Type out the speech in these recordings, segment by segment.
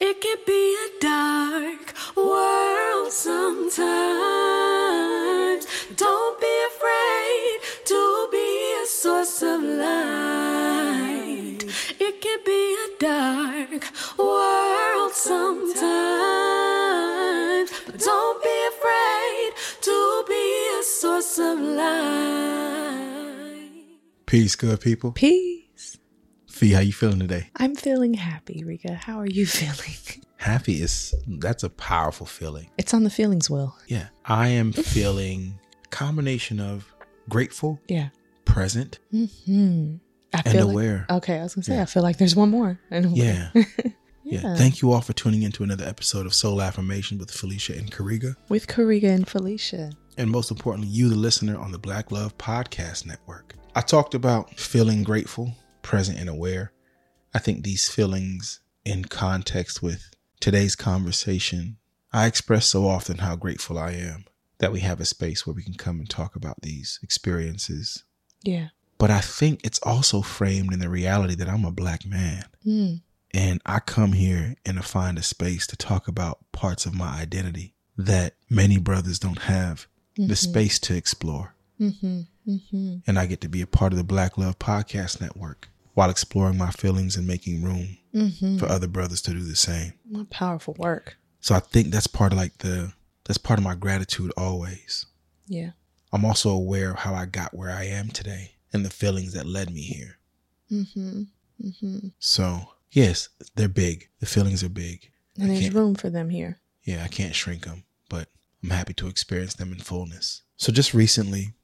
It can be a dark world sometimes. Don't be afraid to be a source of light. It can be a dark world sometimes. But don't be afraid to be a source of light. Peace, good people. Peace. Fee, how you feeling today? I'm feeling happy, Rika. How are you feeling? Happy is that's a powerful feeling. It's on the feelings wheel. Yeah. I am feeling combination of grateful, Yeah. present, Hmm. I and feel like- aware. okay, I was gonna say Yeah. I feel like there's one more. And yeah. Yeah. Yeah. Thank you all for tuning in to another episode of Soul Affirmation with Felicia and Kariga. with Kariga and Felicia. and most importantly, you, the listener, on the Black Love Podcast Network. I talked about feeling grateful, present, and aware. I think these feelings, in context with today's conversation, I express so often how grateful I am that we have a space where we can come and talk about these experiences. Yeah. But I think it's also framed in the reality that I'm a black man. Hmm. And I come here and to find a space to talk about parts of my identity that many brothers don't have the space to explore. Mm-hmm. Mm-hmm. And I get to be a part of the Black Love Podcast Network while exploring my feelings and making room Mm-hmm. for other brothers to do the same. What powerful work. So I think that's part of like the that's part of my gratitude always. Yeah. I'm also aware of how I got where I am today and the feelings that led me here. Mm-hmm. Mm-hmm. So yes, they're big. The feelings are big. I And there's can't- room for them here. Yeah, I can't shrink them, but I'm happy to experience them in fullness. So just recently,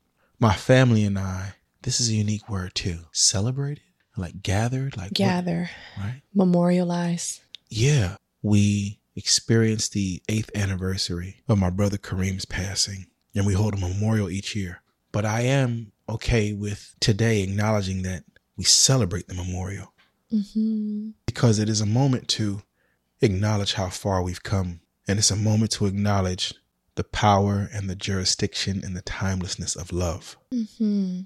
my family and I, this is a unique word too, celebrated, like gathered, like what- Gather, right? memorialize. Yeah, we experienced the eighth anniversary of my brother Kareem's passing, and we hold a memorial each year. But I am okay with today acknowledging that we celebrate the memorial Mm-hmm. because it is a moment to acknowledge how far we've come. And it's a moment to acknowledge the power and the jurisdiction and the timelessness of love. Mm-hmm.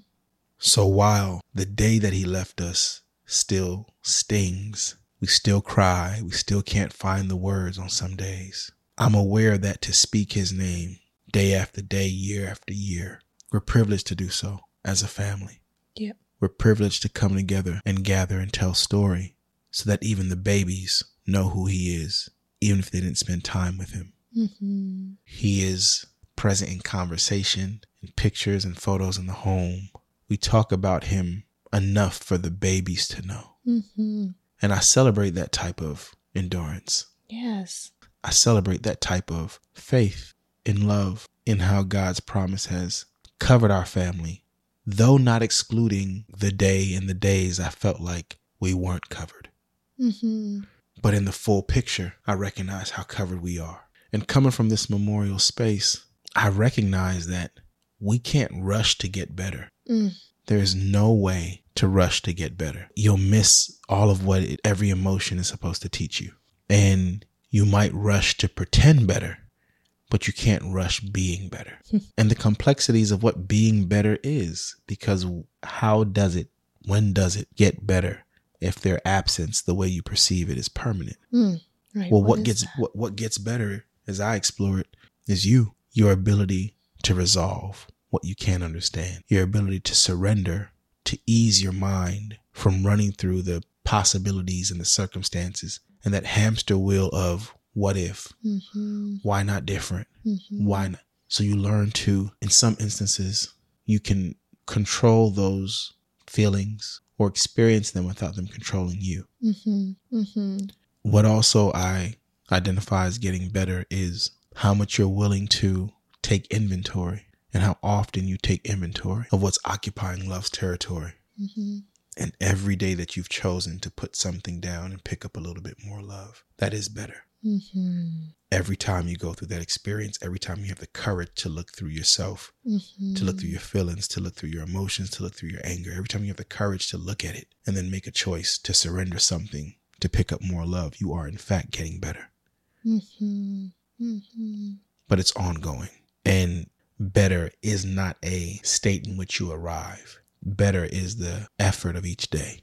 So while the day that he left us still stings, we still cry, we still can't find the words on some days. I'm aware that to speak his name day after day, year after year, we're privileged to do so as a family. Yep. We're privileged to come together and gather and tell story so that even the babies know who he is, even if they didn't spend time with him. Mm-hmm. He is present in conversation, in pictures and photos in the home. We talk about him enough for the babies to know. Mm-hmm. And I celebrate that type of endurance. Yes. I celebrate that type of faith in love in how God's promise has covered our family, though not excluding the day and the days I felt like we weren't covered. Mm-hmm. But in the full picture, I recognize how covered we are. And coming from this memorial space, I recognize that we can't rush to get better. Mm. There is no way to rush to get better. You'll miss all of what it, every emotion is supposed to teach you. And you might rush to pretend better, but you can't rush being better. and the complexities of what being better is, because how does it, when does it get better if their absence, the way you perceive it, is permanent? Mm. Right. Well, what, is gets that? what, what gets better as I explore it is you, your ability to resolve what you can't understand, your ability to surrender, to ease your mind from running through the possibilities and the circumstances and that hamster wheel of what if, Mm-hmm. why not different, Mm-hmm. why not? So you learn to, in some instances, you can control those feelings or experience them without them controlling you. Mm-hmm. Mm-hmm. what also I identify as getting better is how much you're willing to take inventory and how often you take inventory of what's occupying love's territory. Mm-hmm. And every day that you've chosen to put something down and pick up a little bit more love, that is better. Mm-hmm. Every time you go through that experience, every time you have the courage to look through yourself, mm-hmm. to look through Mm. your feelings, to look through your emotions, to look through your anger, every time you have the courage to look at it and then make a choice to surrender something to pick up more love, you are in fact getting better. Mm-hmm. Mm-hmm. but it's ongoing. And better is not a state in which you arrive. Better is the effort of each day,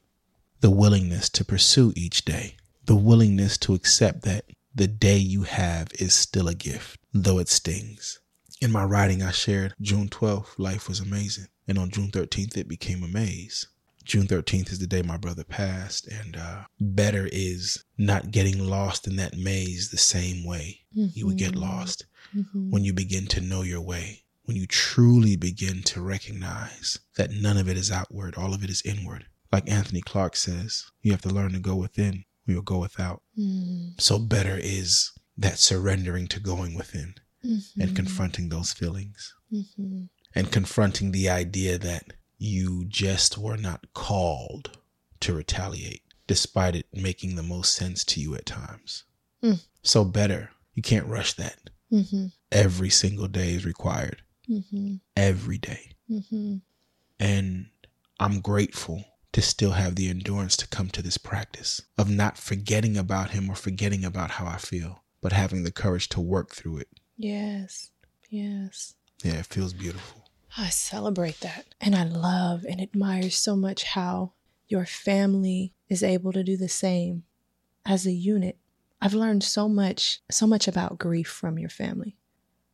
the willingness to pursue each day, the willingness to accept that the day you have is still a gift, though it stings. In my writing, I shared June 12th, life was amazing. And on June 13th, it became a maze. June 13th is the day my brother passed, and uh, better is not getting lost in that maze the same way you would Mm. get lost Mhm. when you begin to know your way, when you truly begin to recognize that none of it is outward, all of it is inward. Like Anthony Clark says, you have to learn to go within, or you'll go without. Mhm. So, better is that surrendering to going within and Mhm. confronting those feelings Mhm. and confronting the idea that you just were not called to retaliate, despite it making the most sense to you at times. Mm. So, better, you can't rush that. Mhm. Every single day is required, Mhm. every day. Mhm. And I'm grateful to still have the endurance to come to this practice of not forgetting about him or forgetting about how I feel, but having the courage to work through it. Yes. Yes. Yeah, it feels beautiful. I celebrate that. And I love and admire so much how your family is able to do the same as a unit. I've learned so much, so much about grief from your family.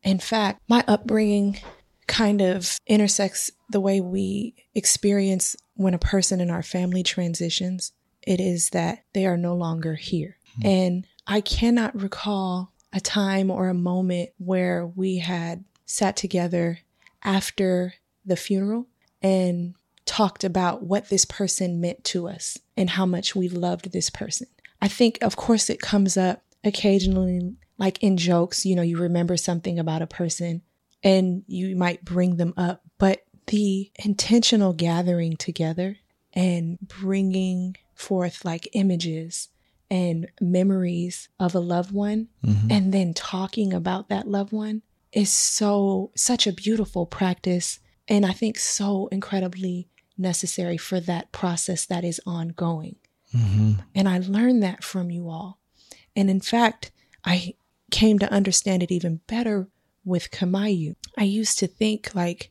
In fact, my upbringing kind of intersects the way we experience when a person in our family transitions. It is that they are no longer here. And I cannot recall a time or a moment where we had sat together after the funeral and talked about what this person meant to us and how much we loved this person. I think, of course, it comes up occasionally, like in jokes, you know, you remember something about a person and you might bring them up, but the intentional gathering together and bringing forth like images and memories of a loved one Mm-hmm. and then talking about that loved one is so such a beautiful practice and i think so incredibly necessary for that process that is ongoing Mm-hmm. and i learned that from you all and in fact i came to understand it even better with kamayu i used to think like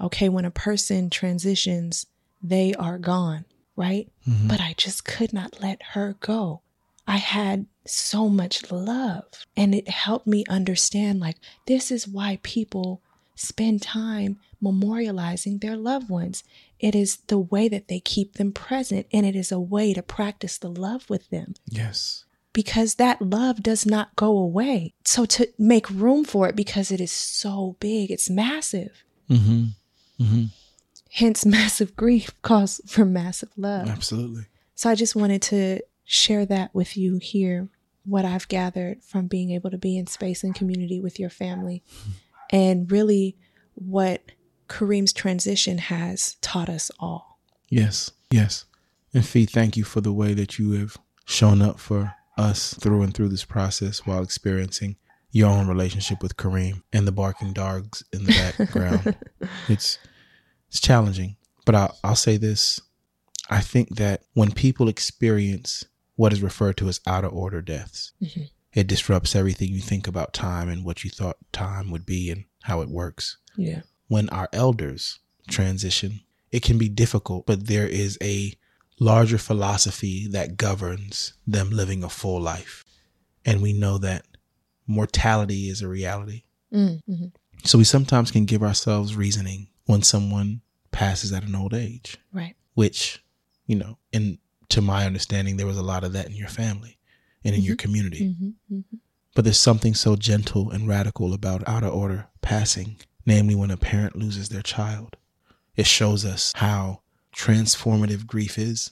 okay when a person transitions they are gone right Mhm. but i just could not let her go I had so much love. And it helped me understand like, this is why people spend time memorializing their loved ones. It is the way that they keep them present, and it is a way to practice the love with them Yes. because that love does not go away. So, to make room for it because it is so big, it's massive. Mm-hmm. Mm-hmm. Hence, massive grief calls for massive love. Absolutely. So I just wanted to share that with you here, what I've gathered from being able to be in space and community with your family, and really what Kareem's transition has taught us all. Yes. Yes. And Fee, thank you for the way that you have shown up for us through and through this process while experiencing your own relationship with Kareem and the barking dogs in the background. it's it's challenging, but I, I'll say this: I think that when people experience what is referred to as out of order deaths, Mhm. it disrupts everything you think about time and what you thought time would be and how it works Yeah. when our elders transition, it can be difficult, but there is a larger philosophy that governs them living a full life. And we know that mortality is a reality. Mm-hmm. So we sometimes can give ourselves reasoning when someone passes at an old age, Right. which, you know, and to my understanding, there was a lot of that in your family and in your community. Mm-hmm. But there's something so gentle and radical about out of order passing, namely when a parent loses their child. It shows us how transformative grief is,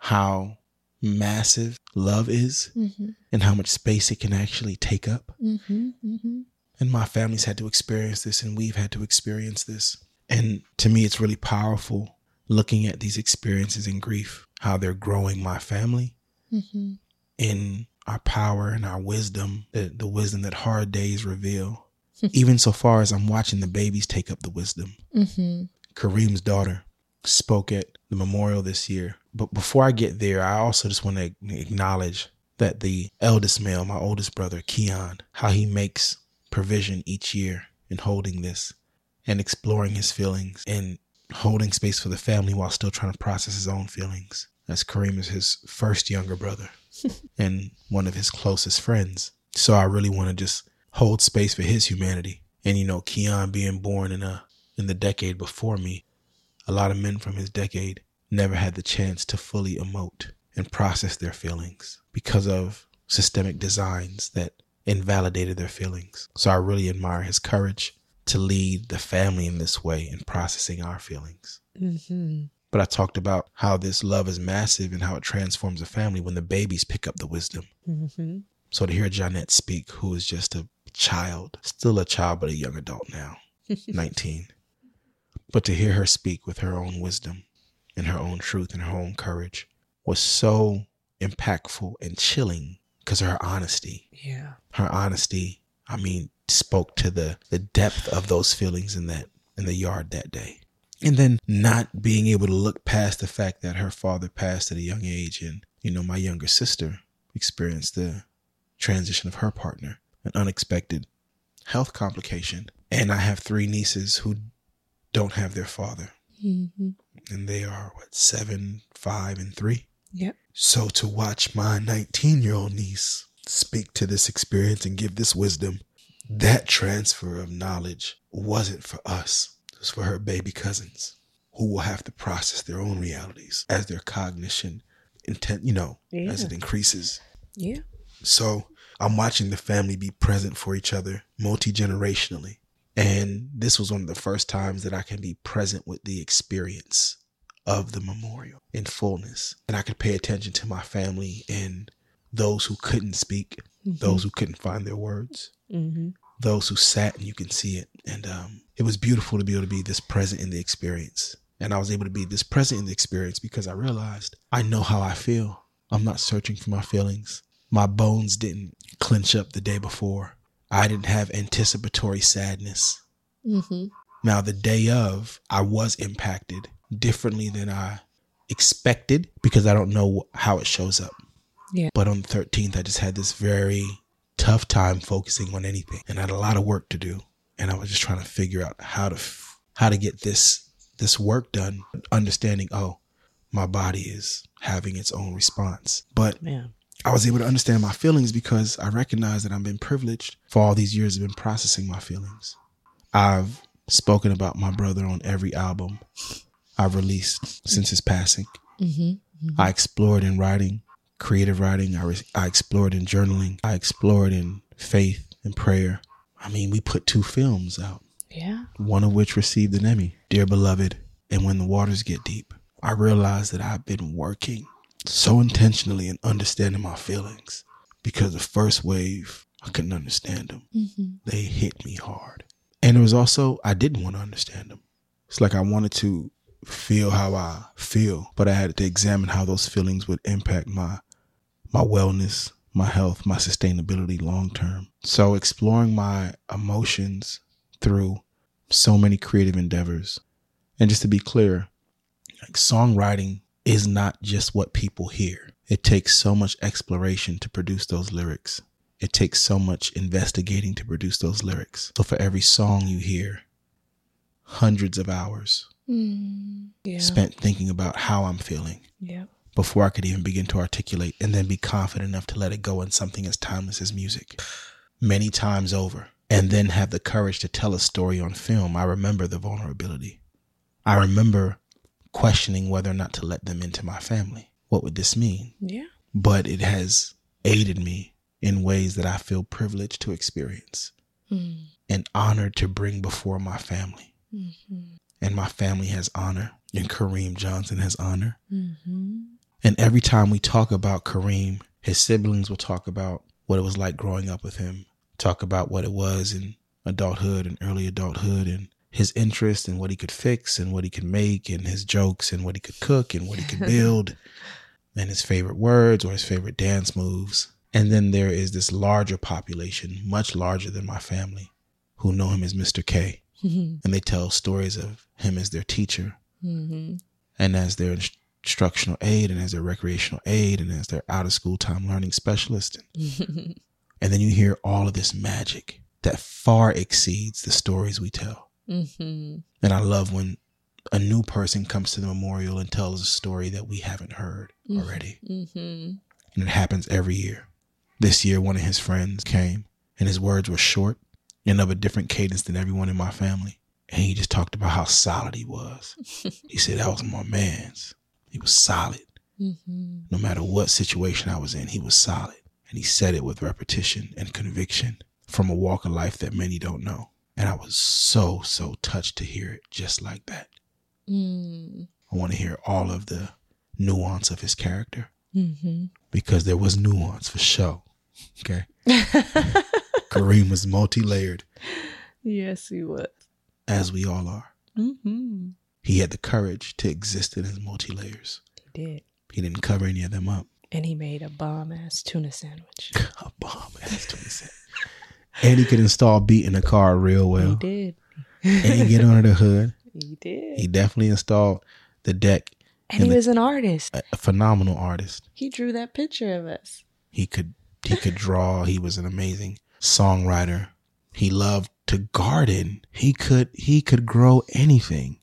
how massive love is, Mm-hmm. and how much space it can actually take up. Mm-hmm. Mm-hmm. And my family's had to experience this, and we've had to experience this. And to me, it's really powerful looking at these experiences in grief, how they're growing my family, Mm-hmm. in our power and our wisdom, the, the wisdom that hard days reveal. Even so far as I'm watching the babies take up the wisdom. Mm-hmm. Kareem's daughter spoke at the memorial this year. But before I get there, I also just want to acknowledge that the eldest male, my oldest brother, Keon, how he makes provision each year in holding this and exploring his feelings and holding space for the family while still trying to process his own feelings. As Kareem is his first younger brother. and one of his closest friends. So I really want to just hold space for his humanity. And you know, Keon being born in a in the decade before me, a lot of men from his decade never had the chance to fully emote and process their feelings because of systemic designs that invalidated their feelings. So I really admire his courage to lead the family in this way in processing our feelings. Mm-hmm. But I talked about how this love is massive and how it transforms a family when the babies pick up the wisdom. Mm-hmm. So to hear Jeanette speak, who is just a child, still a child, but a young adult now, 19, but to hear her speak with her own wisdom and her own truth and her own courage was so impactful and chilling because her honesty, Yeah. her honesty, I mean, spoke to the, the depth of those feelings in that, in the yard that day. And then not being able to look past the fact that her father passed at a young age and, you know, my younger sister experienced the transition of her partner, an unexpected health complication. And I have three nieces who don't have their father, Mm-hmm. and they are what, seven, five, and three? Yep. So to watch my 19 year old niece speak to this experience and give this wisdom, that transfer of knowledge wasn't for us, it was for her baby cousins who will have to process their own realities as their cognition intent, you know, as Yeah. it increases. Yeah. So I'm watching the family be present for each other multi generationally. And this was one of the first times that I can be present with the experience of the memorial in fullness. And I could pay attention to my family and those who couldn't speak, those who couldn't find their words, Mm-hmm. those who sat, and you can see it. And um, it was beautiful to be able to be this present in the experience. And I was able to be this present in the experience because I realized I know how I feel. I'm not searching for my feelings. My bones didn't clench up the day before. I didn't have anticipatory sadness. Mm-hmm. Now, the day of, I was impacted differently than I expected because I don't know wh- how it shows up. Yeah. But on the 13th, I just had this very tough time focusing on anything and I had a lot of work to do. And I was just trying to figure out how to f- how to get this this work done, understanding, oh, my body is having its own response. But Yeah. I was able to understand my feelings because I recognize that I've been privileged for all these years of been processing my feelings. I've spoken about my brother on every album I've released since his passing. Mm-hmm. I explored in writing, creative writing. I, re- I explored in journaling. I explored in faith and prayer. I mean, we put two films out Yeah. one of which received an Emmy, Dear Beloved, and When the Waters Get Deep. I realized that I've been working so intentionally in understanding my feelings because the first wave, I couldn't understand them. Mm-hmm. They hit me hard. And it was also, I didn't want to understand them. It's like I wanted to feel how I feel, but I had to examine how those feelings would impact my my wellness, my health, my sustainability long term. So exploring my emotions through so many creative endeavors. And just to be clear, like songwriting is not just what people hear. It takes so much exploration to produce those lyrics. It takes so much investigating to produce those lyrics. So for every song you hear, hundreds of hours Mm. Yeah. spent thinking about how I'm feeling yeah. before I could even begin to articulate and then be confident enough to let it go in something as timeless as music many times over and then have the courage to tell a story on film. I remember the vulnerability. I remember questioning whether or not to let them into my family. What would this mean? Yeah. But it has aided me in ways that I feel privileged to experience Mm. and honored to bring before my family. Mm-hmm. And my family has honor, and Kareem Johnson has honor. Mm-hmm. And every time we talk about Kareem, his siblings will talk about what it was like growing up with him, talk about what it was in adulthood and early adulthood and his interest and what he could fix and what he could make and his jokes and what he could cook and what he could build and his favorite words or his favorite dance moves. And then there is this larger population, much larger than my family, who know him as Mr. K. Mm-hmm. And they tell stories of him as their teacher Mm-hmm. and as their inst- instructional aid and as their recreational aid and as their out of school time learning specialist. Mm-hmm. And then you hear all of this magic that far exceeds the stories we tell. And I love when a new person comes to the memorial and tells a story that we haven't heard Mhm. already. Mm-hmm. and it happens every year. This year, one of his friends came, and his words were short and of a different cadence than everyone in my family. And he just talked about how solid he was. he said, That was my man's. He was solid. Mm-hmm. No matter what situation I was in, he was solid. And he said it with repetition and conviction from a walk of life that many don't know. And I was so, so touched to hear it just like that. Mm. I want to hear all of the nuance of his character Mm-hmm. because there was nuance for sure. Okay. Kareem was multi layered, yes, he was. as we all are. Mm-hmm. He had the courage to exist in his multi layers. He did. He didn't cover any of them up. And he made a bomb ass tuna sandwich. A bomb ass 27. And he could install beat in a car real he well. did. And get under the hood. He did. He definitely installed the deck. and he and the- was an artist. A a phenomenal artist. He drew that picture of us. He could he could draw. He was an amazing songwriter. He loved to garden. He could he could grow anything.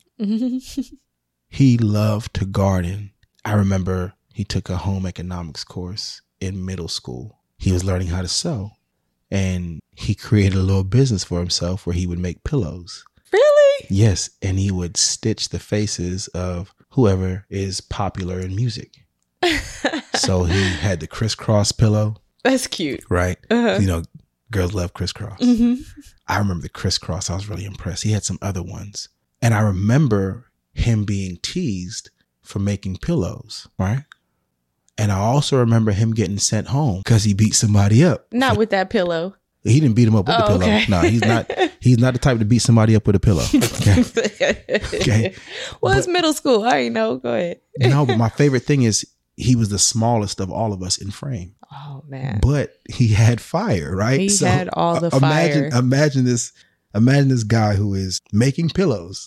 He loved to garden. I remember he took a home economics course in middle school. He was learning how to sew. And he created a little business for himself where he would make pillows. really? Yes, and he would stitch the faces of whoever is popular in music. so he had the crisscross pillow, That's cute. right? Uh-huh. You know, girls love crisscross. Mm-hmm. I remember the crisscross. I was really impressed. He had some other ones. And I remember him being teased for making pillows, right? And I also remember him getting sent home because he beat somebody up. Not with that pillow. He didn't beat him up with Oh, a pillow. okay. No, he's not he's not the type to beat somebody up with a pillow. Okay. okay. Well, it's middle school. I ain't know. Go ahead. no, but my favorite thing is he was the smallest of all of us in frame, Oh man. but he had fire, right? He had all the uh, imagine, fire. Imagine this. Imagine this guy who is making pillows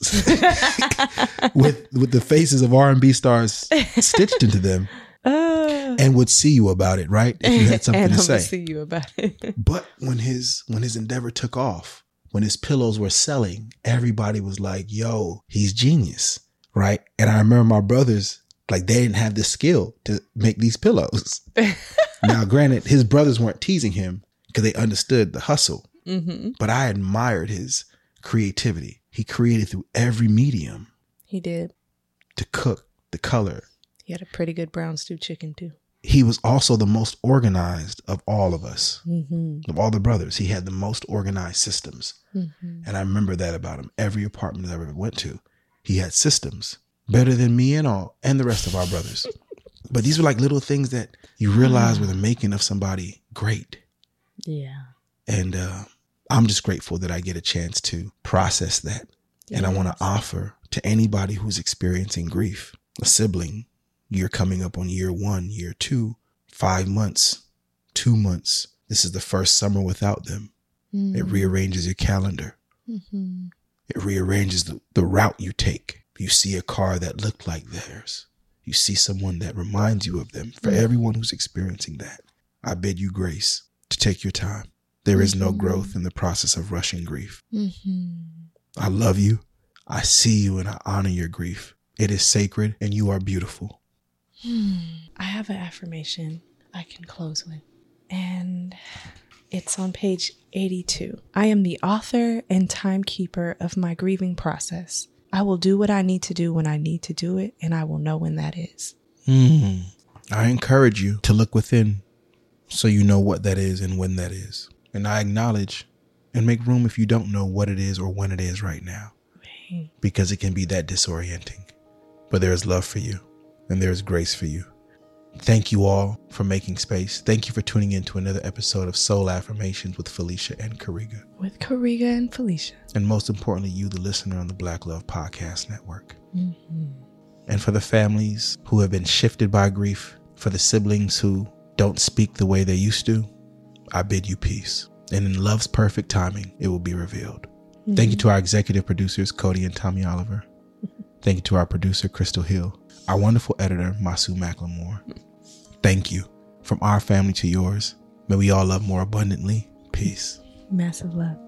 with with the faces of R and B stars stitched into them, Uh, and would see you about it, right? If you had something and to I'm gonna say. see you about it. But when his when his endeavor took off, when his pillows were selling, everybody was like, "Yo, he's genius." Right? And I remember my brothers like they didn't have the skill to make these pillows. now, granted, his brothers weren't teasing him because they understood the hustle, hmm but I admired his creativity. He created through every medium He did. to cook, the color. He had a pretty good brown stew chicken too. He was also the most organized of all of us, Mm-hmm. of all the brothers. He had the most organized systems. Mm-hmm. And I remember that about him. Every apartment that I ever went to, he had systems better than me and all, and the rest of our brothers. But these were like little things that you realize were the making of somebody great. Yeah. And uh, I'm just grateful that I get a chance to process that. And I want to offer to anybody who's experiencing grief, a sibling, you're coming up on year one, year two, five months, two months. This is the first summer without them. It Mm. rearranges your calendar. Mm-hmm. It rearranges the, the route you take. You see a car that looked like theirs. You see someone that reminds you of them. For Mm. everyone who's experiencing that, I bid you grace to take your time. There is no Mhm. growth in the process of rushing grief. Mm-hmm. I love you. I see you and I honor your grief. It is sacred and you are beautiful. Hmm. I have an affirmation I can close with, and it's on page 82. I am the author and timekeeper of my grieving process. I will do what I need to do when I need to do it, and I will know when that is. Mm. I encourage you to look within so you know what that is and when that is. And I acknowledge and make room if you don't know what it is or when it is right now. because it can be that disorienting. But there is love for you and there is grace for you. Thank you all for making space. Thank you for tuning in to another episode of Soul Affirmations with Felicia and Kariga. With Kariga and Felicia. And most importantly, you, the listener on the Black Love Podcast Network. Mm-hmm. And for the families who have been shifted by grief, for the siblings who don't speak the way they used to, I bid you peace. And in love's perfect timing, it will be revealed. Thank you to our executive producers, Cody and Tommy Oliver. Thank you to our producer, Crystal Hill. Our wonderful editor, Masu McLemore. Thank you. From our family to yours, may we all love more abundantly. Peace. Massive love.